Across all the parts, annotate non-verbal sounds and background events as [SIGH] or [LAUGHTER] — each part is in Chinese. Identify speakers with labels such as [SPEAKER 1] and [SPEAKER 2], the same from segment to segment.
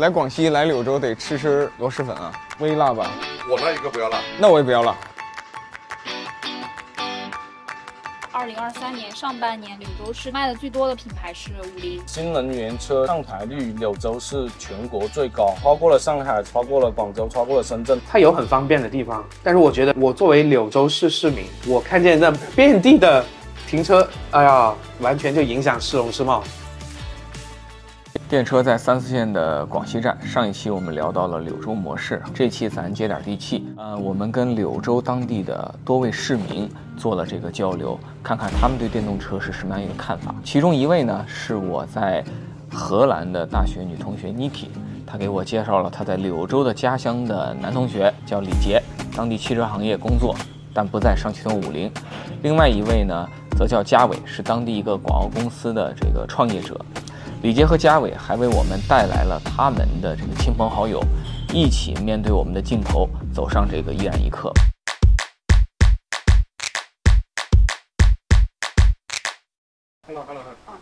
[SPEAKER 1] 来广西来柳州得吃吃螺蛳粉啊，微辣版。
[SPEAKER 2] 我那一个不要辣，
[SPEAKER 1] 那我也不要辣。
[SPEAKER 3] 二零二三年上半年，柳州市卖的最多的品牌是五菱。
[SPEAKER 4] 新能源车上牌率，柳州是全国最高，超过了上海，超过了广州，超过了深圳。
[SPEAKER 5] 它有很方便的地方，但是我觉得我作为柳州市市民，我看见那遍地的停车，哎呀，完全就影响市容市貌。
[SPEAKER 1] 电车在三四线的广西站，上一期我们聊到了柳州模式，这期咱接点地气。呃，我们跟柳州当地的多位市民做了这个交流，看看他们对电动车是什么样一个看法。其中一位呢，是我在荷兰的大学女同学 Niki，她给我介绍了她在柳州的家乡的男同学叫李杰，当地汽车行业工作，但不在上汽通五菱。另外一位呢，则叫嘉伟，是当地一个广告公司的这个创业者。李杰和嘉伟还为我们带来了他们的这个亲朋好友，一起面对我们的镜头，走上这个一然一刻。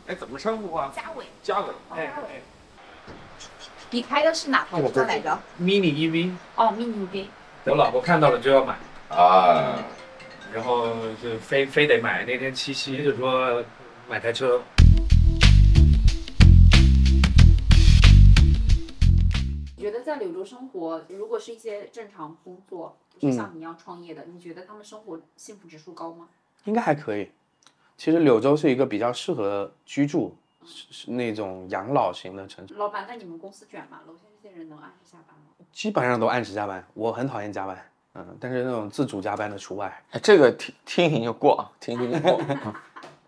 [SPEAKER 2] 哎，怎么称呼啊？
[SPEAKER 6] 嘉伟，
[SPEAKER 2] 嘉伟，
[SPEAKER 7] 哎
[SPEAKER 6] 你开的是哪台车来着？
[SPEAKER 5] mini EV
[SPEAKER 6] 哦，mini V。
[SPEAKER 7] 我老婆看到了就要买，
[SPEAKER 2] 啊，
[SPEAKER 7] 然后就非非得买。那天七夕就说买台车，
[SPEAKER 6] 觉得在柳州生活，如果是一些正常工作，不是
[SPEAKER 1] 嗯
[SPEAKER 6] 像你一样创业的，你觉得他们生活幸福指数高吗？
[SPEAKER 5] 应该还可以。其实柳州是一个比较适合居住，是是那种养老型的城市，
[SPEAKER 6] 老板，那你们公司卷吗？楼下这些人能按时下班吗？
[SPEAKER 5] 基本上都按时加班。我很讨厌加班，嗯，但是那种自主加班的除外。
[SPEAKER 1] 哎，这个听听听就过，啊，听听
[SPEAKER 8] [LAUGHS]
[SPEAKER 1] 就过。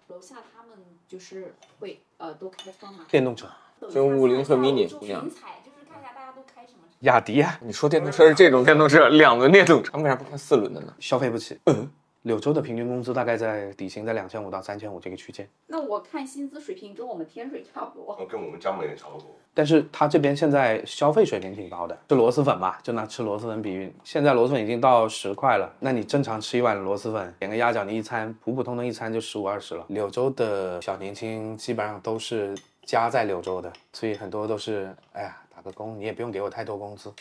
[SPEAKER 6] 楼下他们就是会呃都开车嘛，
[SPEAKER 5] 电动车，
[SPEAKER 1] 就50和 mini
[SPEAKER 6] 就
[SPEAKER 1] 一样
[SPEAKER 6] 群采，就是看一下大家都开什么车。
[SPEAKER 5] 雅迪啊，
[SPEAKER 1] 你说电动车是这种电动车，两轮电动车，为啥不看四轮的呢？
[SPEAKER 5] 消费不起。柳州的平均工资大概在底薪在两千五到三千五这个区间。
[SPEAKER 6] 那我看薪资水平跟我们天水差不多，
[SPEAKER 1] 哦
[SPEAKER 2] 我跟我们江门也差不多。
[SPEAKER 5] 但是它这边现在消费水平挺高的，吃螺蛳粉嘛，就拿吃螺蛳粉比喻，现在螺蛳粉已经到十块了，那你正常吃一碗螺蛳粉，点个鸭脚，你一餐普普通通一餐就十五二十了。柳州的小年轻基本上都是家在柳州的，所以很多都是，哎呀，打个工，你也不用给我太多工资。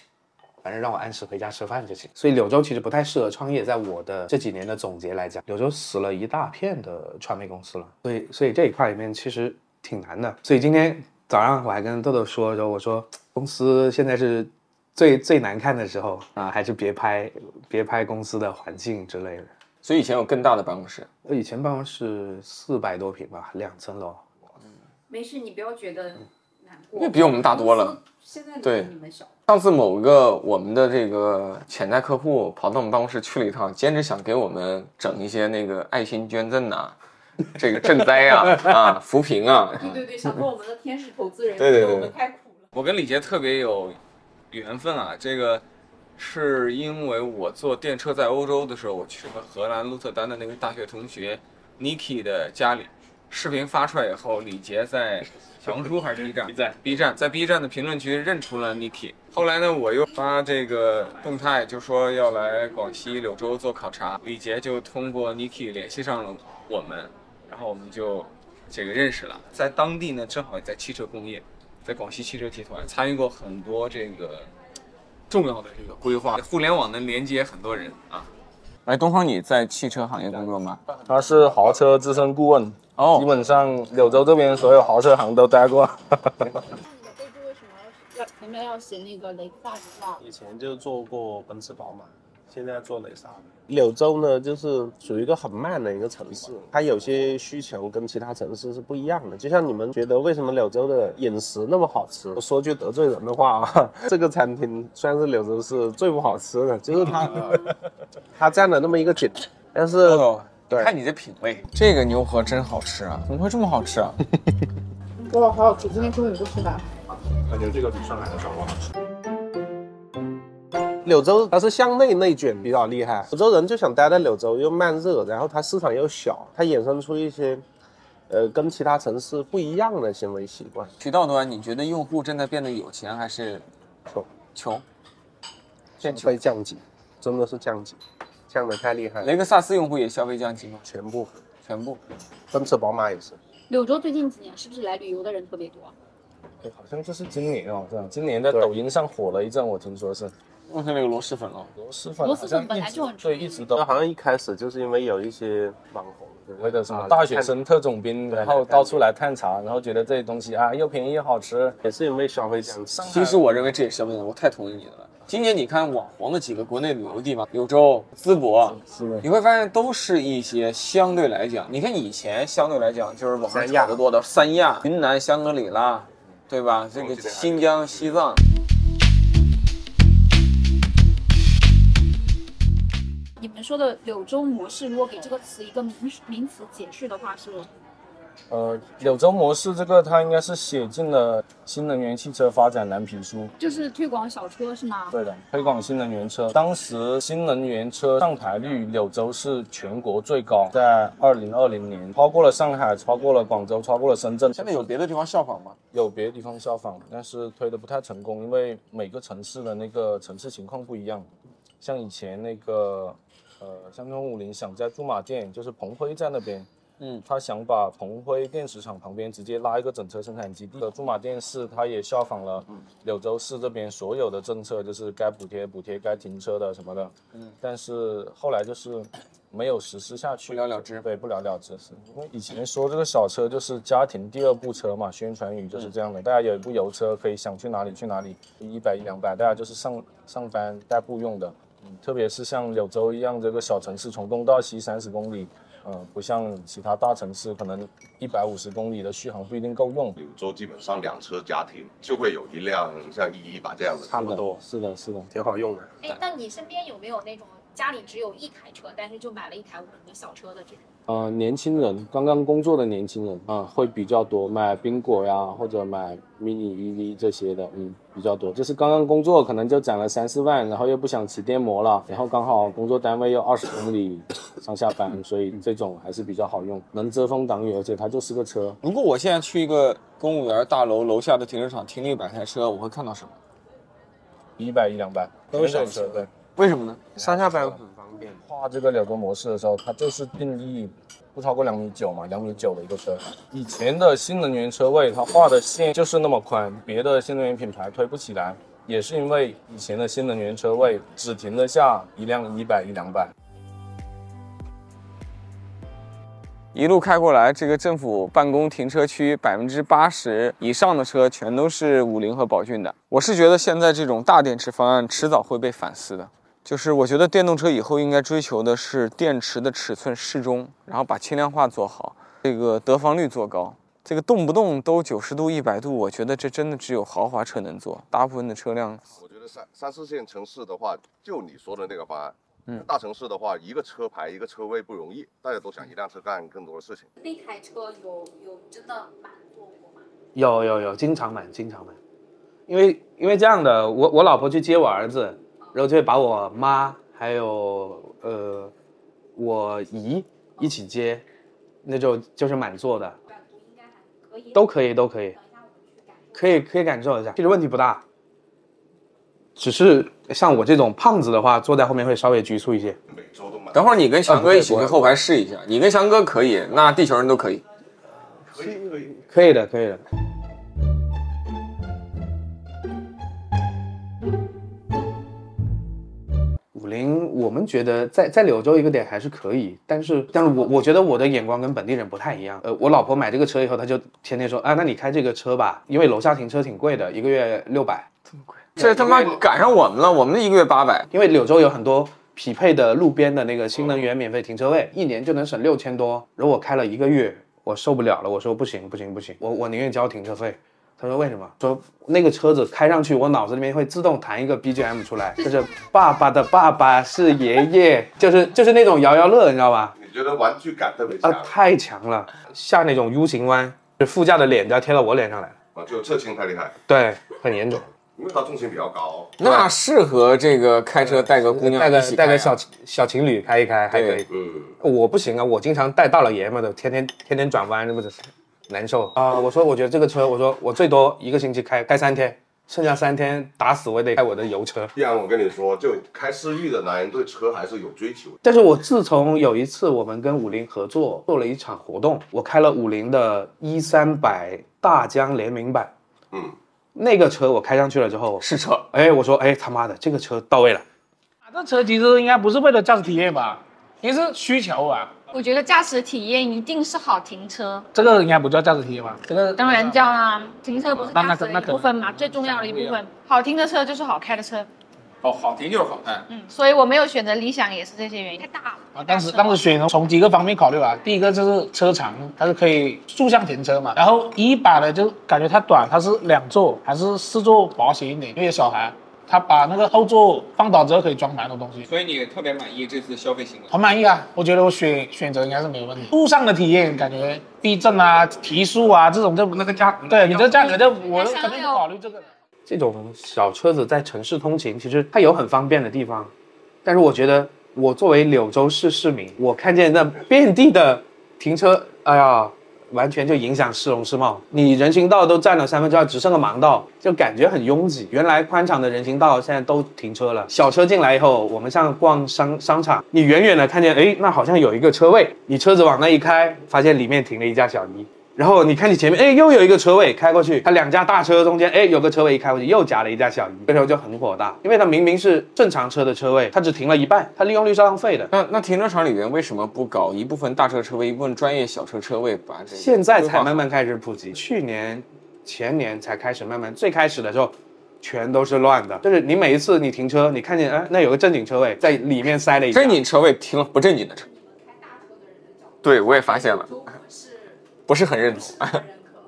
[SPEAKER 5] 反正让我按时回家吃饭就行。所以柳州其实不太适合创业，在我的这几年的总结来讲，柳州死了一大片的传媒公司了。所以，所以这一块里面其实挺难的。所以今天早上我还跟豆豆说，说我说公司现在是最最难看的时候啊，还是别拍别拍公司的环境之类的。呃
[SPEAKER 1] 所以以前有更大的办公室，
[SPEAKER 5] 我以前办公室四百多平吧，两层楼，
[SPEAKER 6] 没事，你不要觉得难过。
[SPEAKER 1] 嗯那比我们大多了
[SPEAKER 6] 公司现在
[SPEAKER 1] 对
[SPEAKER 6] 比你们小。
[SPEAKER 1] 上次某个我们的这个潜在客户跑到我们办公室去了一趟，兼职想给我们整一些那个爱心捐赠呐、这个赈灾啊啊扶贫啊，
[SPEAKER 6] 对对
[SPEAKER 1] [LAUGHS]
[SPEAKER 6] 对，想做我们的天使投资人，
[SPEAKER 1] 对对对
[SPEAKER 6] 给我们太苦了。
[SPEAKER 1] 我跟李杰特别有缘分啊，这个是因为我坐电车在欧洲的时候，我去了荷兰鹿特丹的那个大学同学 Niki 的家里，视频发出来以后，李杰在小红书还 [LAUGHS] 是 B 站 B 站 B 站在 B 站的评论区认出了 Niki。后来呢，我又发这个动态，就说要来广西柳州做考察，李杰就通过 Niki 联系上了我们，然后我们就这个认识了。在当地呢，正好也在汽车工业，在广西汽车集团参与过很多这个重要的这个规划，互联网能连接很多人啊。哎，东方，你在汽车行业工作吗？
[SPEAKER 4] 他是豪车资深顾问，基
[SPEAKER 1] 哦，
[SPEAKER 4] 本上柳州这边所有豪车行都待过。
[SPEAKER 3] 那你的备注为什么要前面要写那个雷克萨斯啊？
[SPEAKER 7] 以前就做过奔驰、宝马，现在做雷萨。
[SPEAKER 9] 柳州呢，就是属于一个很慢的一个城市，它有些需求跟其他城市是不一样的。就像你们觉得为什么柳州的饮食那么好吃？我说句得罪人的话啊，这个餐厅虽然是柳州市最不好吃的，就是它，它占了那么一个点，但是对
[SPEAKER 1] 看你的品味，这个牛河真好吃啊！怎么会这么好吃啊？
[SPEAKER 3] 哇，好好吃！今天中午就吃完。
[SPEAKER 2] 感觉这个比上海的烧烤好吃。
[SPEAKER 9] 柳州它是向内内卷比较 [LAUGHS] 厉害，柳州人就想待在柳州，又慢热，然后它市场又小，它衍生出一些，呃，跟其他城市不一样的行为习惯。
[SPEAKER 1] 渠道端，你觉得用户正在变得有钱还是
[SPEAKER 9] 穷？
[SPEAKER 1] 穷。
[SPEAKER 9] 消费降级，真的是降级，降的太厉害了，
[SPEAKER 1] 雷克萨斯用户也消费降级吗？
[SPEAKER 9] 全部，
[SPEAKER 1] 全部。
[SPEAKER 9] 奔驰、宝马也是。
[SPEAKER 3] 柳州最近几年是不是来旅游的人特别多？
[SPEAKER 4] 哎好像就是今年哦，这样，今年在抖音上火了一阵，我听说是
[SPEAKER 9] 忘记那个螺蛳粉了。
[SPEAKER 4] 螺蛳粉，
[SPEAKER 3] 螺蛳粉
[SPEAKER 4] 好像
[SPEAKER 3] 本来
[SPEAKER 4] 一直
[SPEAKER 3] 就很出
[SPEAKER 4] 对，
[SPEAKER 3] 名
[SPEAKER 4] 一直都
[SPEAKER 9] 那好像一开始就是因为有一些网红，对
[SPEAKER 4] 所谓的什么
[SPEAKER 9] 啊
[SPEAKER 4] 大学生特种兵，
[SPEAKER 9] 对
[SPEAKER 4] 然后到处来探查，然后觉得这些东西啊又便宜又好吃。
[SPEAKER 9] 也是因为消费降级。
[SPEAKER 4] 上海
[SPEAKER 1] 其实我认为这也是消费者，我太同意你的了。今年你看网红的几个国内旅游地方，柳州、淄博，你会发现都是一些相对来讲，你看以前相对来讲就是网上
[SPEAKER 9] 三亚
[SPEAKER 1] 炒得多的三亚、云南香格里拉，对吧？这个新疆、西藏，
[SPEAKER 9] 嗯
[SPEAKER 3] 你们说的柳州模式，如果给这个词一个名名词解释的话，是
[SPEAKER 4] 呃，柳州模式这个它应该是写进了新能源汽车发展蓝皮书，
[SPEAKER 3] 就是推广小车是吗？
[SPEAKER 4] 对的，推广新能源车。当时新能源车上牌率，柳州是全国最高，在二零二零年超过了上海，超过了广州，超过了深圳。
[SPEAKER 1] 现在有别的地方效仿吗？
[SPEAKER 4] 有别的地方效仿，但是推的不太成功，因为每个城市的那个城市情况不一样。像以前那个，呃，像东五林想在驻马店，就是鹏辉在那边，
[SPEAKER 1] 嗯，
[SPEAKER 4] 他想把鹏辉电池厂旁边直接拉一个整车生产基地。驻马店市他也效仿了柳州市这边所有的政策，就是该补贴补贴，该停车的什么的，嗯，但是后来就是没有实施下去，
[SPEAKER 1] 不了了之
[SPEAKER 4] 对，不了了之。是因为以前说这个小车就是家庭第二部车嘛，宣传语就是这样的。大家有一部油车，可以想去哪里去哪里，一百一两百，大家就是上上班代步用的。嗯特别是像柳州一样这个小城市，从东到西三十公里，嗯、不像其他大城市可能一百五十公里的续航不一定够用。
[SPEAKER 2] 柳州基本上两车家庭就会有一辆像一一八这样的，
[SPEAKER 9] 差不多，
[SPEAKER 4] 是的，是的。
[SPEAKER 9] 挺好用的。
[SPEAKER 10] 哎，那你身边有没有那种家里只有一台车，但是就买了一台我们的小车的这种？
[SPEAKER 4] 呃，年轻人刚刚工作的年轻人啊、会比较多买冰果呀，或者买 mini EV 这些的，嗯，比较多。就是刚刚工作可能就攒了三四万，然后又不想骑电摩了，然后刚好工作单位又二十公里上下班，所以这种还是比较好用，能遮风挡雨，而且它就是个车。
[SPEAKER 1] 如果我现在去一个公务员大楼楼下的停车场停一百台车，我会看到什么？
[SPEAKER 4] 一百一两百都是小车，对。
[SPEAKER 1] 为什么呢？
[SPEAKER 9] 上下班很方便。
[SPEAKER 4] 画这个柳州模式的时候，它就是定义不超过两米九嘛，两米九的一个车。以前的新能源车位，它画的线就是那么宽，别的新能源品牌推不起来，也是因为以前的新能源车位只停得下一辆一百一两百。
[SPEAKER 1] 一路开过来，这个政府办公停车区百分之八十以上的车全都是五菱和宝骏的。我是觉得现在这种大电池方案迟早会被反思的，就是我觉得电动车以后应该追求的是电池的尺寸适中，然后把轻量化做好，这个得房率做高。这个动不动都九十度、一百度，我觉得这真的只有豪华车能做，大部分的车辆
[SPEAKER 2] 我觉得三三四线城市的话，就你说的那个方案。嗯，大城市的话，一个车牌一个车位不容易，大家都想一辆车干更多的事情。
[SPEAKER 11] 那台车有有真的满座过吗？
[SPEAKER 5] 有有有，经常买，经常买。因为因为这样的，我我老婆去接我儿子，然后就会把我妈还有呃我姨一起接，那就就是满座的，都可以都可以，可以可以感受一下，其实问题不大。只是像我这种胖子的话，坐在后面会稍微局促一些。
[SPEAKER 2] 每周都买。
[SPEAKER 1] 等会儿你跟翔哥一起去后排试一下，你跟翔哥可以，那地球人都可以。
[SPEAKER 2] 可以可以。
[SPEAKER 5] 可以的，可以的。五菱，我们觉得在在柳州一个点还是可以，但是但是我我觉得我的眼光跟本地人不太一样。呃，我老婆买这个车以后，她就天天说啊，那你开这个车吧，因为楼下停车挺贵的，一个月六百。
[SPEAKER 1] 这他妈赶上我们了，我们一个月八百。
[SPEAKER 5] 因为柳州有很多匹配的路边的那个新能源免费停车位，一年就能省六千多。如果我开了一个月，我受不了了，我说不行不行不行，我我宁愿交停车费。他说为什么？说那个车子开上去，我脑子里面会自动弹一个 BGM 出来，就是爸爸的爸爸是爷爷，就是 [LAUGHS] 就是那种摇摇乐，你知道吧？
[SPEAKER 2] [LAUGHS] 你觉得玩具感特别
[SPEAKER 5] 啊
[SPEAKER 2] 强，，
[SPEAKER 5] 太强了，下那种 U 型弯，就副驾的脸就要贴到我脸上来了，
[SPEAKER 2] 啊，就侧倾太厉害，
[SPEAKER 5] 对，很严重。
[SPEAKER 2] 因为它重心比较高。
[SPEAKER 1] 那适合这个开车带个姑娘
[SPEAKER 5] 带个
[SPEAKER 1] 一起开
[SPEAKER 5] 带
[SPEAKER 1] 啊
[SPEAKER 5] 个小小情侣开一开还可以
[SPEAKER 1] 对。
[SPEAKER 2] 嗯，
[SPEAKER 5] 我不行啊，我经常带大老爷们的，天天天天转弯，那不是难受啊、我说，我觉得这个车，我说我最多一个星期开开三天，剩下三天打死我也得开我的油车。
[SPEAKER 2] 既然我跟你说，就开思域的男人对车还是有追求的。
[SPEAKER 5] 但是我自从有一次我们跟五菱合作做了一场活动，我开了五菱的一三百大疆联名版，
[SPEAKER 2] 嗯，
[SPEAKER 5] 那个车我开上去了之后
[SPEAKER 12] 是车，
[SPEAKER 5] 哎，我说哎他妈的这个车到位了，
[SPEAKER 8] 这车其实应该不是为了驾驶体验吧，应该是需求吧。
[SPEAKER 6] 我觉得驾驶体验一定是好停车，
[SPEAKER 8] 这个应该不叫驾驶体验吧？这个
[SPEAKER 6] 当然叫啦，停车不是
[SPEAKER 8] 那那
[SPEAKER 6] 驾驶
[SPEAKER 8] 可
[SPEAKER 6] 的
[SPEAKER 8] 那
[SPEAKER 6] 一
[SPEAKER 8] 可
[SPEAKER 6] 部分嘛，最重要的一部分。好停的车就是好开的车，
[SPEAKER 12] 哦，好停就是好看。
[SPEAKER 6] 嗯，所以我没有选择理想也是这些原因。太大了，
[SPEAKER 8] 啊，当时当时选从几个方面考虑吧，第一个就是车长，它是可以竖向停车嘛，然后一把呢就感觉它短，它是两座还是四座保险一点，因为有小孩，它把那个后座放倒之后可以装蛮多东西。
[SPEAKER 12] 所以你特别满意这次消费行为？嗯
[SPEAKER 8] 很满意啊，我觉得我选选择应该是没有问题。路上的体验感觉避震啊、提速啊这种就那个价格，对你这价格就我肯定不考虑这个。
[SPEAKER 5] 这种小车子在城市通勤，其实它有很方便的地方，但是我觉得我作为柳州市市民，我看见那遍地的停车，哎呀，完全就影响市容市貌。你人行道都占了三分之二，只剩个盲道，就感觉很拥挤。原来宽敞的人行道现在都停车了，小车进来以后，我们像逛商商场，你远远的看见，哎，那好像有一个车位，你车子往那一开，发现里面停了一架小尼。然后你看你前面，哎，又有一个车位开过去，它两架大车中间，哎，有个车位一开过去，又夹了一架小鱼，这时候就很火大，因为它明明是正常车的车位，它只停了一半，它利用率是浪费的。
[SPEAKER 1] 那那停车场里面为什么不搞一部分大车车位，一部分专业小车车位，把这个
[SPEAKER 5] 现在
[SPEAKER 1] 规划
[SPEAKER 5] 才
[SPEAKER 1] 好
[SPEAKER 5] 慢慢开始普及，去年、前年才开始慢慢。最开始的时候，全都是乱的，就是你每一次你停车，你看见哎，那有个正经车位在里面塞了一正
[SPEAKER 1] 经车位停了不正经的车，对我也发现了，不是很认同。 [LAUGHS]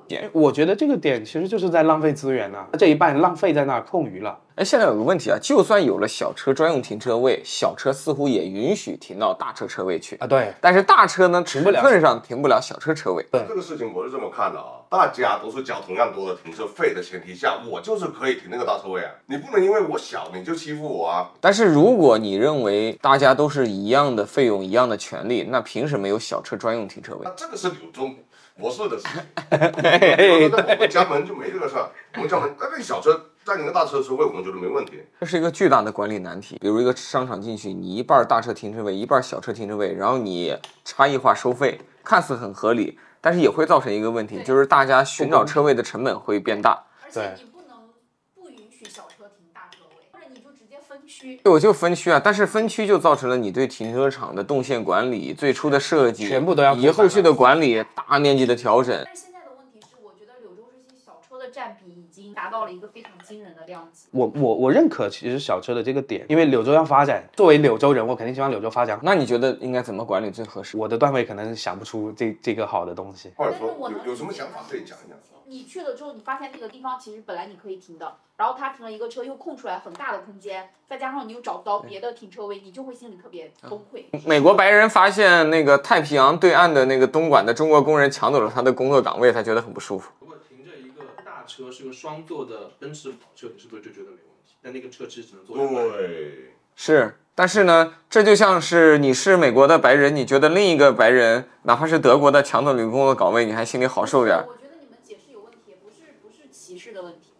[SPEAKER 5] 哎我觉得这个点其实就是在浪费资源呐、这一半浪费在那儿空余了。
[SPEAKER 1] 哎，现在有个问题啊，就算有了小车专用停车位，小车似乎也允许停到大车车位去
[SPEAKER 5] 啊。对，
[SPEAKER 1] 但是大车呢，尺
[SPEAKER 2] 不了
[SPEAKER 1] 寸上停不了小车车位。
[SPEAKER 2] 这个事情我是这么看的啊，大家都是交同样多的停车费的前提下，我就是可以停那个大车位啊，你不能因为我小你就欺负我啊。
[SPEAKER 1] 但是如果你认为大家都是一样的费用、一样的权利，那凭什么有小车专用停车位
[SPEAKER 2] 那？这个是柳州模式的事情。我觉得我们江门就没这个事儿，我们江门那个小车占一个大车车位，我们觉得没问题。
[SPEAKER 1] 这是一个巨大的管理难题。比如一个商场进去，你一半大车停车位，一半小车停车位，然后你差异化收费，看似很合理，但是也会造成一个问题，就是大家寻找车位的成本会变大。
[SPEAKER 5] 对，
[SPEAKER 10] 分区
[SPEAKER 1] 对，我就分区啊，但是分区就造成了你对停车场的动线管理、最初的设计，全部都要以及后续的管理、大面积的调整。
[SPEAKER 11] 车的占比已经达到了一个非常惊人的量级。
[SPEAKER 5] 我我我认可其实小车的这个点，因为柳州要发展，作为柳州人，我肯定希望柳州发展。
[SPEAKER 1] 那你觉得应该怎么管理最合适？
[SPEAKER 5] 我的段位可能想不出这这个好的东西。
[SPEAKER 2] 或者说有有什么想法可以讲一讲？
[SPEAKER 11] 你去了之后，你发现那个地方其实本来你可以停的，然后他停了一个车，又空出来很大的空间，再加上你又找不到别的停车位，你就会心里特别崩溃。
[SPEAKER 1] 美国白人发现那个太平洋对岸的那个东莞的中国工人抢走了他的工作岗位，他觉得很不舒服。
[SPEAKER 13] 大车是个双座的奔驰跑车，你是不是就觉得没问题？但那个车其实只能坐两个人。
[SPEAKER 2] 对，
[SPEAKER 1] 是，但是呢，这就像是你是美国的白人，你觉得另一个白人，哪怕是德国的抢走你的工作岗位，你还心里好受点儿。
[SPEAKER 11] 是歧视的问题，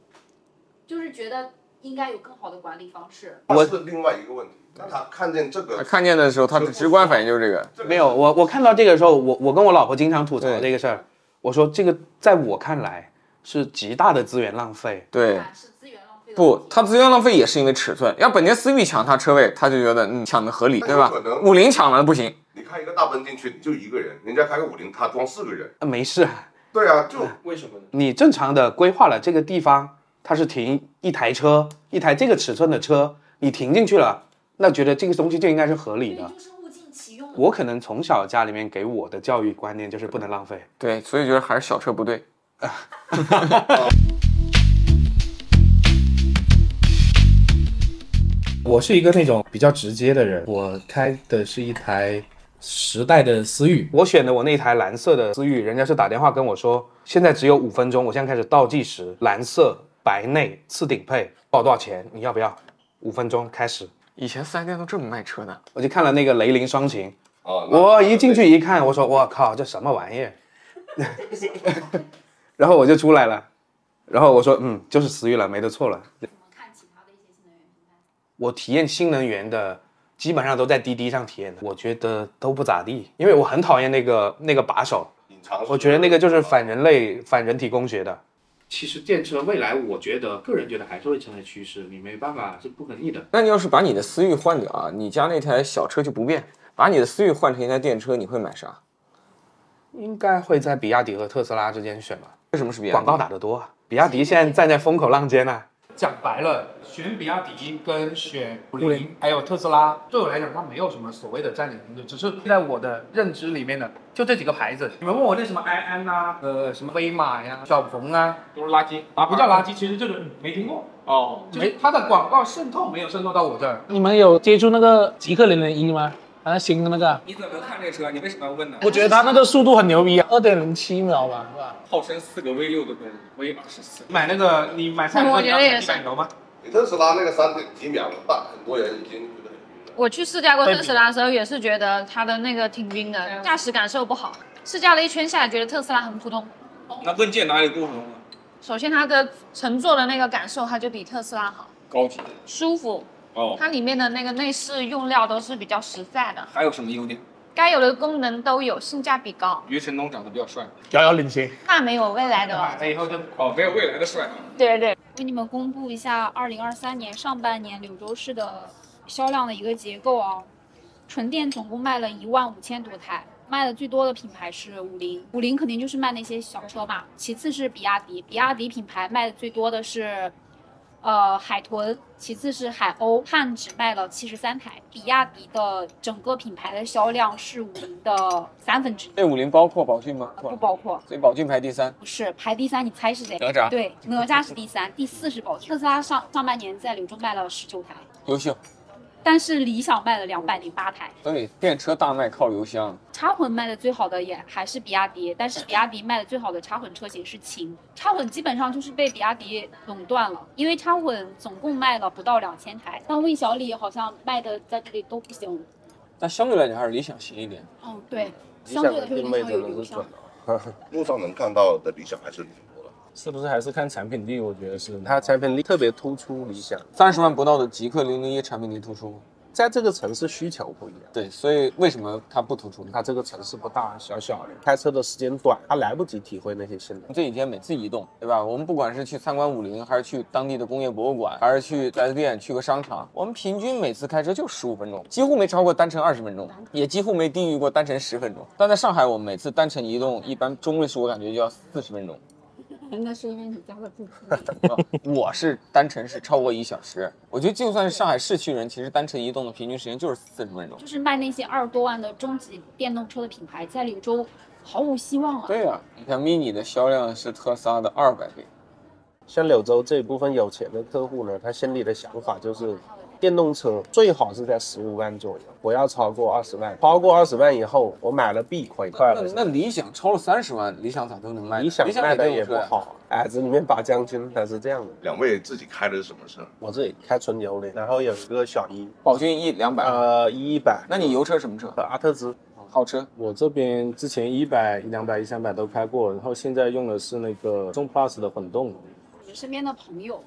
[SPEAKER 11] 就是觉得应该有更好的管理方式。
[SPEAKER 2] 我是另外一个问题，那他看见这个，
[SPEAKER 1] 看见的时候，他的直观反应就是这个。
[SPEAKER 5] 没有，我我看到这个时候，我我跟我老婆经常吐槽这个事儿，我说这个在我看来是极大的资源浪费。
[SPEAKER 1] 对，
[SPEAKER 11] 啊
[SPEAKER 1] 不，他资源浪费也是因为尺寸。要本田思域抢他车位，他就觉得嗯抢的合理，对吧
[SPEAKER 2] 那有可？能
[SPEAKER 1] 五菱抢了不行，
[SPEAKER 2] 你开一个大奔进去，你就一个人，人家开个五菱，他装四个人。
[SPEAKER 5] 呃没事，
[SPEAKER 2] 对啊，就
[SPEAKER 13] 为什么呢？
[SPEAKER 5] 你正常的规划了这个地方，它是停一台车，一台这个尺寸的车，你停进去了，那觉得这个东西就应该是合理的。我可能从小家里面给我的教育观念就是不能浪费。
[SPEAKER 1] 对，所以觉得还是小车不对。
[SPEAKER 14] 我是一个那种比较直接的人，我开的是一台时代的思域，
[SPEAKER 5] 我选的我那台蓝色的思域，人家是打电话跟我说，现在只有五分钟，我现在开始倒计时，蓝色白内次顶配，报多少钱？你要不要？五分钟开始。
[SPEAKER 1] 以前四 S 店都这么卖车的，
[SPEAKER 5] 我就看了那个雷凌双擎，
[SPEAKER 2] 哦
[SPEAKER 5] 我一进去一看，我说我靠，这什么玩意儿？ [LAUGHS] 然后我就出来了，然后我说嗯，就是思域了，没得错了。我体验新能源的基本上都在滴滴上体验的，我觉得都不咋地，因为我很讨厌那个那个把手，
[SPEAKER 2] 隐藏
[SPEAKER 5] 我觉得那个就是反人类、反人体工学的。
[SPEAKER 13] 其实电车未来，我觉得个人觉得还是会成为趋势，你没办法是不可逆的。
[SPEAKER 1] 那你要是把你的思域换掉啊，你家那台小车就不变，把你的思域换成一台电车，你会买啥？
[SPEAKER 5] 应该会在比亚迪和特斯拉之间选吧？
[SPEAKER 1] 为什么是比亚迪？
[SPEAKER 5] 广告打得多啊！比亚迪现在站在风口浪尖啊呐、
[SPEAKER 7] 讲白了，选比亚迪跟选五菱还有特斯拉，对我来讲，它没有什么所谓的占领地位，只是在我的认知里面的就这几个牌子。你们问我那什么埃安呐，呃，什么威马呀、小鹏啊，都是垃圾啊，不叫垃圾，其实就是嗯没听过哦，就是它的广告渗透没有渗透到我这儿。
[SPEAKER 8] 你们有接触那个极氪零零一吗？啊，新的那个，
[SPEAKER 12] 你怎么看这车？你为什么要问呢？
[SPEAKER 8] 我觉得它那个速度很牛逼啊，二点零七秒吧，是吧？
[SPEAKER 12] 号称四个 V 六的动力，V 二十四。
[SPEAKER 7] 买那个你买菜，
[SPEAKER 6] 我觉得也
[SPEAKER 7] 你
[SPEAKER 6] 是
[SPEAKER 7] 买油吗？
[SPEAKER 2] 你特斯拉那个三点几秒，大很多人已经觉得
[SPEAKER 6] 我去试驾过特斯拉的时候，也是觉得它的那个挺晕
[SPEAKER 11] 啊
[SPEAKER 6] 的，驾驶感受不好。试驾了一圈下来，觉得特斯拉很普通。
[SPEAKER 12] 那问界哪里不同啊？
[SPEAKER 6] 首先，它的乘坐的那个感受，它就比特斯拉好，
[SPEAKER 12] 高级
[SPEAKER 6] 舒服。
[SPEAKER 12] 哦。
[SPEAKER 6] 它里面的那个内饰用料都是比较实在的，
[SPEAKER 12] 还有什么优点？
[SPEAKER 6] 该有的功能都有，性价比高。
[SPEAKER 12] 余承东长得比较帅，
[SPEAKER 8] 遥遥领先。
[SPEAKER 6] 那没有未来的了。
[SPEAKER 7] 那以后就
[SPEAKER 12] 哦，没有未来的帅。
[SPEAKER 6] 对对，
[SPEAKER 3] 给你们公布一下二零二三年上半年柳州市的销量的一个结构啊、纯电总共卖了一万五千多台，卖的最多的品牌是五菱，五菱肯定就是卖那些小车嘛，其次是比亚迪，比亚迪品牌卖的最多的是。呃，海豚，其次是海鸥，汉只卖了七十三台。比亚迪的整个品牌的销量是五菱的三分之一，
[SPEAKER 1] 这五菱包括宝骏吗？
[SPEAKER 3] 不包括。
[SPEAKER 1] 所以宝骏排第三。
[SPEAKER 3] 不是排第三，你猜是谁？
[SPEAKER 1] 哪吒
[SPEAKER 3] 对，哪吒是第三，第四是宝骏。特斯拉上上半年在柳州卖了十九台，
[SPEAKER 1] 优秀，
[SPEAKER 3] 但是理想卖了两百零八台。
[SPEAKER 1] 所以电车大卖靠油箱。
[SPEAKER 3] 插混卖的最好的也还是比亚迪，但是比亚迪卖的最好的插混车型是秦，插混基本上就是被比亚迪垄断了，因为插混总共卖了不到两千台，但魏小李好像卖的在这里都不行。
[SPEAKER 1] 但相对来讲还是理想行一点。
[SPEAKER 3] 嗯，对，
[SPEAKER 2] 理
[SPEAKER 3] 相
[SPEAKER 2] 想
[SPEAKER 3] 对
[SPEAKER 2] 的
[SPEAKER 3] 来说
[SPEAKER 2] 定
[SPEAKER 3] 理
[SPEAKER 2] 位
[SPEAKER 3] 想
[SPEAKER 2] 真
[SPEAKER 3] 有
[SPEAKER 2] 的
[SPEAKER 3] 油
[SPEAKER 2] 是
[SPEAKER 3] 箱
[SPEAKER 2] 准。的，路上能看到的理想还是挺多的。
[SPEAKER 4] 是不是还是看产品力？我觉得是。
[SPEAKER 9] 它产品力特别突出理想，
[SPEAKER 1] 三十万不到的极氪零零一产品力突出吗？
[SPEAKER 9] 在这个城市需求不一样。
[SPEAKER 1] 对，所以为什么它不突出呢？
[SPEAKER 9] 它这个城市不大，小小的，开车的时间短，它来不及体会那些性能。
[SPEAKER 1] 这几天每次移动，对吧？我们不管是去参观武林，还是去当地的工业博物馆，还是去4 S 店、去个商场，我们平均每次开车就十五分钟，几乎没超过单程二十分钟，也几乎没低于过单程十分钟。但在上海，我们每次单程移动一般中位数，我感觉就要四十分钟。
[SPEAKER 3] 那是因为你家的住处。
[SPEAKER 1] [LAUGHS] 我是单程是超过一小时，我觉得就算是上海市区人，其实单程移动的平均时间就是四十分钟。
[SPEAKER 3] 就是卖那些二十多万的中级电动车的品牌，在柳州毫无希望了。
[SPEAKER 1] 对
[SPEAKER 9] 啊
[SPEAKER 1] 呀、你看 mini 的销量是特斯拉的二百倍，
[SPEAKER 9] 像柳州这一部分有钱的客户呢，他心里的想法就是，电动车最好是在十五万左右，不要超过二十万。超过二十万以后，我买了必亏。快
[SPEAKER 1] 那那理想超了三十万，理想咋都能卖呢？
[SPEAKER 9] 理想卖的
[SPEAKER 1] 电动
[SPEAKER 9] 也
[SPEAKER 1] 车
[SPEAKER 9] 不
[SPEAKER 1] 呀
[SPEAKER 9] 好。哎，这里面拔将军他是这样的。
[SPEAKER 2] 两位自己开的是什么车？
[SPEAKER 9] 我自己开纯油的，然后有一个小一，
[SPEAKER 1] 宝骏 E 两百，
[SPEAKER 9] 呃，一一百。
[SPEAKER 1] 那你油车什么车？
[SPEAKER 9] 阿特兹，
[SPEAKER 1] 好车。
[SPEAKER 4] 我这边之前一百、一两百、一三百都开过，然后现在用的是那个中 Plus 的混动。
[SPEAKER 3] 我身边的朋友，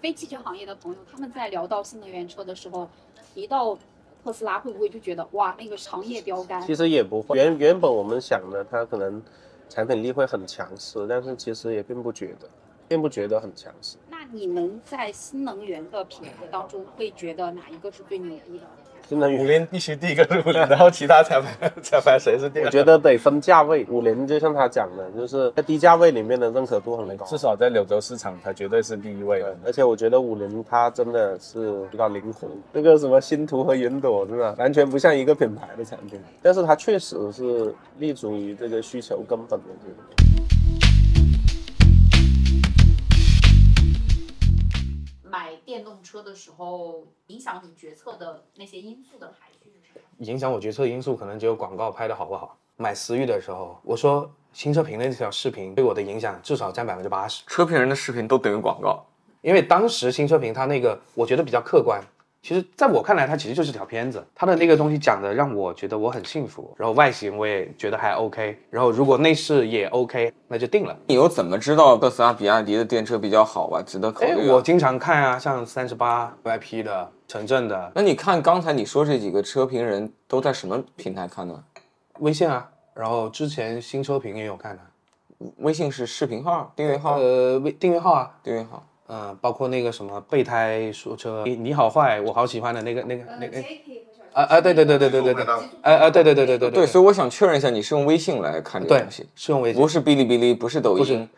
[SPEAKER 3] 非汽车行业的朋友，他们在聊到新能源车的时候，提到特斯拉，会不会就觉得哇，那个行业标杆？
[SPEAKER 9] 其实也不会。原原本我们想的，它可能产品力会很强势，但是其实也并不觉得，并不觉得很强势。
[SPEAKER 3] 那你能在新能源的品牌当中，会觉得哪一个是最牛逼的？
[SPEAKER 9] 新能源
[SPEAKER 4] 五菱必须第一个是五菱，然后其他才排才排谁是第二。
[SPEAKER 9] 我觉得得分价位，五菱就像他讲的，就是在低价位里面的认可度很高，
[SPEAKER 4] 至少在柳州市场，它绝对是第一位的。
[SPEAKER 9] 而且我觉得五菱它真的是比较灵活，那个什么星途和云朵真的完全不像一个品牌的产品，但是它确实是立足于这个需求根本的这个。
[SPEAKER 11] 买电动车的时候，影响你决策的那些因素的排序是什么？
[SPEAKER 5] 影响我决策因素可能只有广告拍的好不好。买思域的时候，我说新车评的那条视频对我的影响至少占百分之八十。
[SPEAKER 1] 车评人的视频都等于广告，
[SPEAKER 5] 因为当时新车评它那个我觉得比较客观，其实在我看来它其实就是条片子，它的那个东西讲的让我觉得我很幸福，然后外形我也觉得还 OK，然后如果内饰也 OK，那就定了。
[SPEAKER 1] 你又怎么知道特斯拉、比亚迪的电车比较好啊？值得考
[SPEAKER 5] 哎，
[SPEAKER 1] 虑、啊。
[SPEAKER 5] 我经常看啊，像三十八 VIP 的、城镇的、
[SPEAKER 1] 那你看刚才你说这几个车评人都在什么平台看的？
[SPEAKER 5] 微信啊，然后之前新车评也有看的。
[SPEAKER 1] 微信是视频号、订阅号，
[SPEAKER 5] 呃，微订阅号啊，
[SPEAKER 1] 订阅号，
[SPEAKER 5] 嗯、包括那个什么备胎说车，你你好坏我好喜欢的那个那个那个，啊
[SPEAKER 6] 呃
[SPEAKER 5] 啊，对对对对对对对，呃呃，对对对对对
[SPEAKER 1] 对，所以我想确认一下，你是用微信来看这个东西，
[SPEAKER 5] 是用微
[SPEAKER 1] 信，不是哔哩哔哩，不是抖
[SPEAKER 5] 不是
[SPEAKER 1] 音，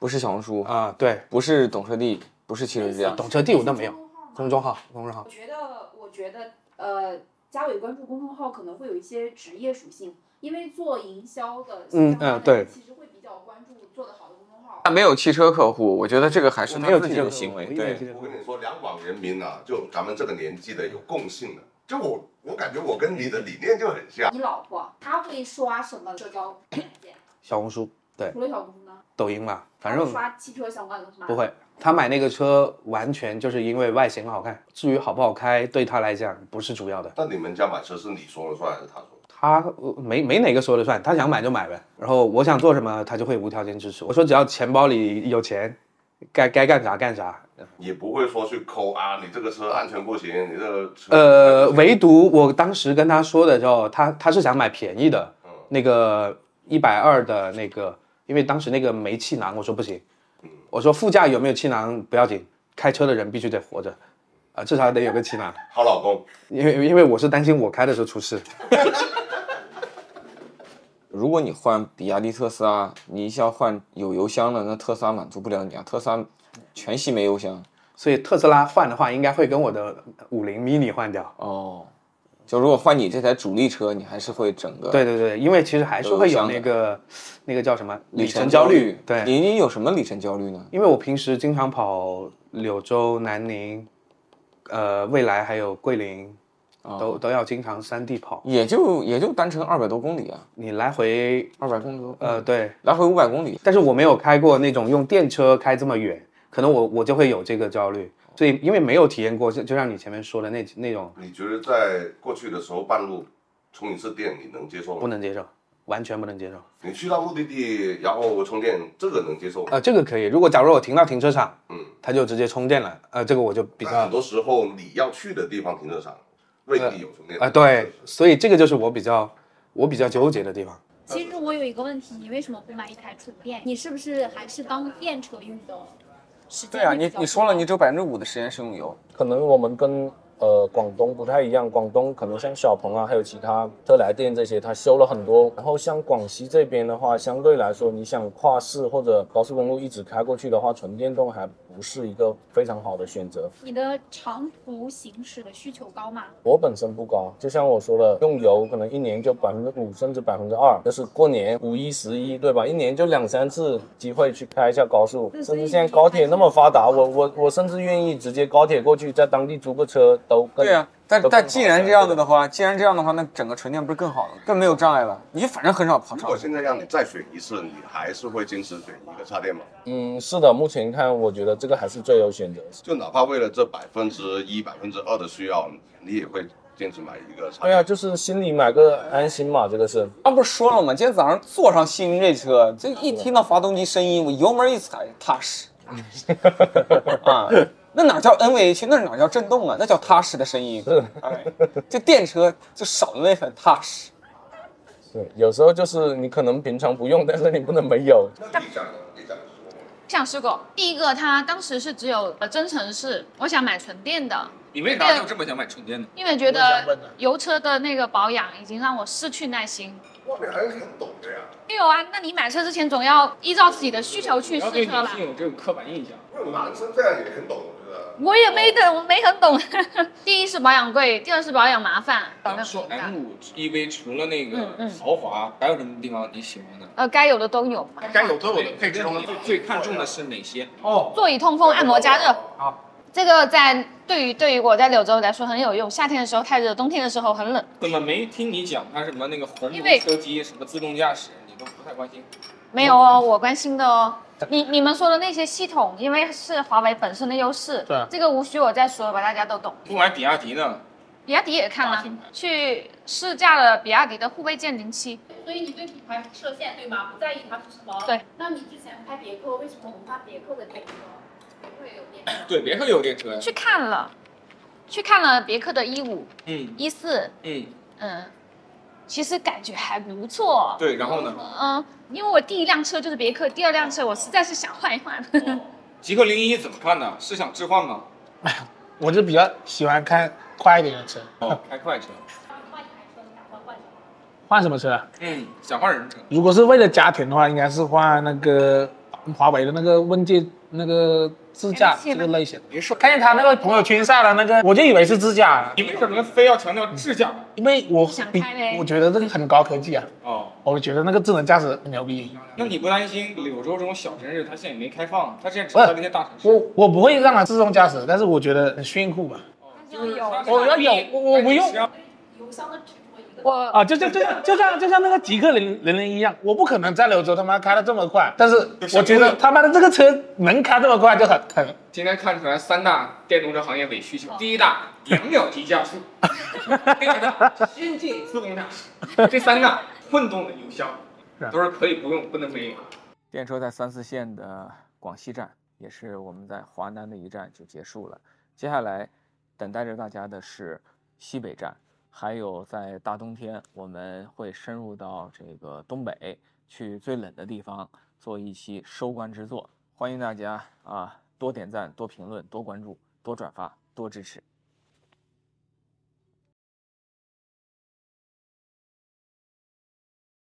[SPEAKER 1] 不是小红书
[SPEAKER 5] 啊，对，
[SPEAKER 1] 不是懂车帝，不是汽车之家，
[SPEAKER 6] 哎
[SPEAKER 5] 懂车帝我倒没有，公众号，公众号
[SPEAKER 11] 我，觉得，我觉得，呃，嘉伟关注公众号可能会有一些职业属性，因为做营销的，
[SPEAKER 1] 嗯嗯对
[SPEAKER 11] 其实会比较关注做得好的公众号。
[SPEAKER 1] 但没有汽车客户，我觉得这个还是
[SPEAKER 2] 我
[SPEAKER 1] 他
[SPEAKER 2] 没有
[SPEAKER 1] 自己
[SPEAKER 2] 汽车
[SPEAKER 1] 的
[SPEAKER 2] 客户
[SPEAKER 1] 行为，
[SPEAKER 2] 我一点
[SPEAKER 1] 对
[SPEAKER 2] 汽。我跟你说，两广人民啊，就咱们这个年纪的有共性的，就我我感觉我跟你的理念就很像
[SPEAKER 11] 你。老婆她会刷什么社交软件？
[SPEAKER 5] 小红书，对
[SPEAKER 11] 除，了小红书呢？
[SPEAKER 5] 抖音嘛，反
[SPEAKER 11] 她会
[SPEAKER 1] 嗯
[SPEAKER 5] 正
[SPEAKER 11] 刷汽车相关的东西吗？
[SPEAKER 5] 不会，他买那个车完全就是因为外形好看，至于好不好开，对他来讲不是主要的。
[SPEAKER 2] 但你们家买车是你说了算还是他说？
[SPEAKER 5] 他呃没没哪个说了算，他想买就买呗。然后我想做什么，他就会无条件支持我。我说只要钱包里有钱，该该干啥干啥。
[SPEAKER 2] 也不会说去抠啊，你这个车安全不行，你这个车
[SPEAKER 5] 呃，唯独我当时跟他说的时候，他他是想买便宜的，那个一百二的那个，因为当时那个没气囊，我说不行，我说副驾有没有气囊不要紧，开车的人必须得活着，啊、至少得有个气囊。
[SPEAKER 2] 好老公，
[SPEAKER 5] 因为因为我是担心我开的时候出事。
[SPEAKER 1] 如果你换比亚迪特斯拉，你是要换有油箱的，那特斯拉满足不了你啊，特斯拉全系没油箱。
[SPEAKER 5] 所以特斯拉换的话，应该会跟我的五菱 mini 换掉。
[SPEAKER 1] 哦，就如果换你这台主力车，你还是会整个
[SPEAKER 5] 对对对，因为其实还是会有那个那个叫什么
[SPEAKER 1] 里
[SPEAKER 5] 程
[SPEAKER 1] 程
[SPEAKER 5] 焦
[SPEAKER 1] 焦
[SPEAKER 5] 虑
[SPEAKER 1] 虑。。
[SPEAKER 5] 对，
[SPEAKER 1] 你你有什么里程焦虑呢？
[SPEAKER 5] 因为我平时经常跑柳州、南宁，呃，未来还有桂林，都、都要经常三地跑。
[SPEAKER 1] 也就也就单程二百多公里啊，
[SPEAKER 5] 你来回
[SPEAKER 1] 二百公里多，
[SPEAKER 5] 呃，对，
[SPEAKER 1] 来回五百公里。
[SPEAKER 5] 但是我没有开过那种用电车开这么远，可能我我就会有这个焦虑。所以因为没有体验过，就就像你前面说的那那种
[SPEAKER 2] 你觉得在过去的时候半路充一次电你能接受吗？
[SPEAKER 5] 不能接受，完全不能接受。
[SPEAKER 2] 你去到目的地然后充电，这个能接受吗？
[SPEAKER 5] 呃，这个可以。如果假如我停到停车场，
[SPEAKER 2] 嗯，
[SPEAKER 5] 它就直接充电了，呃，这个我就比
[SPEAKER 2] 但
[SPEAKER 5] 较
[SPEAKER 2] 很多时候你要去的地方停车场未必有充电
[SPEAKER 5] 啊，对，所以这个就是我比较我比较纠结的地方。
[SPEAKER 3] 其实我有一个问题，你为什么不买一台纯电？你是不是还是当电车用的？
[SPEAKER 1] 对啊，你你说了，你只有百分之五的时间是用油。
[SPEAKER 4] 可能我们跟呃广东不太一样，广东可能像小鹏啊，还有其他特来电这些，它修了很多。然后像广西这边的话，相对来说，你想跨市或者高速公路一直开过去的话，纯电动还不是一个非常好的选择。
[SPEAKER 3] 你的长途行驶的需求高吗？
[SPEAKER 4] 我本身不高，就像我说的，用油可能一年就百分之五甚至百分之二，就是过年五一、十一，对吧？一年就两三次机会去开一下高速，
[SPEAKER 3] 嗯
[SPEAKER 4] 甚
[SPEAKER 3] 所以
[SPEAKER 4] 至现在高铁那么发达，我我我甚至愿意直接高铁过去，在当地租个车都更
[SPEAKER 1] 对啊，但
[SPEAKER 4] 都更
[SPEAKER 1] 但
[SPEAKER 4] 好
[SPEAKER 1] 既然这样子的话，既然这样的话，那整个纯电不是更好了吗？更没有障碍了。你反正很少跑
[SPEAKER 2] 如果现在让你再选一次，你还是会坚持选一个插电吗？
[SPEAKER 4] 嗯，是的，目前看我觉得这个还是最优选择。
[SPEAKER 2] 就哪怕为了这百分之一、百分之二的需要，你也会坚持买一个插
[SPEAKER 4] 对啊，就是心里买个安心嘛，这个是。
[SPEAKER 1] 刚啊不是说了吗？今天早上坐上新云这车，这一听到发动机声音，我油门一踩，踏实。啊，那哪叫 NVH，那哪叫震动啊？那叫踏实的声音。哎，这电车就少了那份踏实。
[SPEAKER 4] 对，有时候就是你可能平常不用，但是你不能没有。
[SPEAKER 6] 想试过，第一个它当时是只有呃增程式，我想买纯电的，
[SPEAKER 12] 你为啥就这么想买纯电呢？
[SPEAKER 6] 因为觉得油车的那个保养已经让我失去耐心。
[SPEAKER 2] 哇，你还是很懂的呀。
[SPEAKER 6] 没有啊，那你买车之前总要依照自己的需求去试车吧。
[SPEAKER 7] 有这种刻板印象。
[SPEAKER 2] 男生这样也很懂，我觉得。
[SPEAKER 6] 我也
[SPEAKER 12] 哦
[SPEAKER 6] 没等，我没很懂。 [LAUGHS] 第一是保养贵，第二是保养麻烦。
[SPEAKER 12] 咱说 M 五 EV 除了那
[SPEAKER 6] 嗯
[SPEAKER 12] 个
[SPEAKER 6] 嗯
[SPEAKER 12] 豪华，还有什么地方你喜欢的？
[SPEAKER 6] 呃，该有的都有。
[SPEAKER 12] 该有都有的配置中最最看重的是哪些？
[SPEAKER 7] 哦，
[SPEAKER 6] 座椅通风、按摩加热。
[SPEAKER 12] 哦
[SPEAKER 7] 好，
[SPEAKER 6] 这个在对于对于我在柳州来说很有用，夏天的时候太热，冬天的时候很冷。
[SPEAKER 12] 怎么没听你讲它什么那个红
[SPEAKER 6] 因
[SPEAKER 12] 牛
[SPEAKER 6] 为
[SPEAKER 12] 车机什么自动驾驶，你都不太关心？
[SPEAKER 6] 没有哦，我关心的哦。你你们说的那些系统，因为是华为本身的优势，
[SPEAKER 12] 对
[SPEAKER 6] 这个无需我再说了吧，大家都懂。
[SPEAKER 12] 不买比亚迪呢？
[SPEAKER 6] 比亚迪也看了，去试驾了比亚迪的护卫舰零七，
[SPEAKER 11] 所以你对品牌不设限，对吗？不在意它是什么？
[SPEAKER 6] 对。
[SPEAKER 11] 那你之前拍别克，为什么我们拍别克的电车？别克也有电车。
[SPEAKER 12] 对，别克有电车呀。
[SPEAKER 6] 去看了，去看了别克的一五
[SPEAKER 12] 嗯
[SPEAKER 6] 一四，
[SPEAKER 12] 嗯，
[SPEAKER 6] 嗯，其实感觉还不错。
[SPEAKER 5] 对，然后呢？
[SPEAKER 6] 嗯，因为我第一辆车就是别克，第二辆车我实在是想换一换。
[SPEAKER 12] 嗯
[SPEAKER 6] [LAUGHS]
[SPEAKER 5] 极氪零一怎么看呢？是想置换吗？
[SPEAKER 4] 我就比较喜欢开快一点的车。
[SPEAKER 5] 哦，开快车。
[SPEAKER 4] 换什么车啊？
[SPEAKER 5] 嗯，想换人车。
[SPEAKER 4] 如果是为了家庭的话，应该是换那个华为的那个问界那个自驾这个类型。
[SPEAKER 5] 没事，
[SPEAKER 4] 看见他那个朋友圈晒了那个，我就以为是自驾。
[SPEAKER 5] 你为什么非要强调智驾？
[SPEAKER 4] 因为我
[SPEAKER 6] 想
[SPEAKER 4] 比
[SPEAKER 6] 开呗
[SPEAKER 4] 我觉得这个很高科技啊。
[SPEAKER 5] 哦，
[SPEAKER 4] 我觉得那个智能驾驶很牛逼。
[SPEAKER 5] 那你不担心柳州这种小城市，它现在也没开放，它现在只
[SPEAKER 4] 不是
[SPEAKER 5] 在那些大城市。
[SPEAKER 4] 我我不会让它自动驾驶，但是我觉得很炫酷吧。
[SPEAKER 6] 啊
[SPEAKER 4] 我要有，我我不用。
[SPEAKER 15] 邮箱的纸
[SPEAKER 6] 我
[SPEAKER 4] 啊，就就就就像就像那个极客零零零一样，我不可能在柳州他妈开的这么快，但是我觉得他妈的这个车能开这么快就很很
[SPEAKER 5] 今天看出来三大电动车行业伪需求，第一大两秒级加速，第二大先进自动驾驶，第三大混动的油箱，都是可以不用，不能没有。
[SPEAKER 12] 电车在三四线的广西站，也是我们在华南的一站就结束了。接下来等待着大家的是西北站，还有在大冬天我们会深入到这个东北，去最冷的地方做一期收官之作。欢迎大家啊，多点赞、多评论、多关注、多转发、多支持。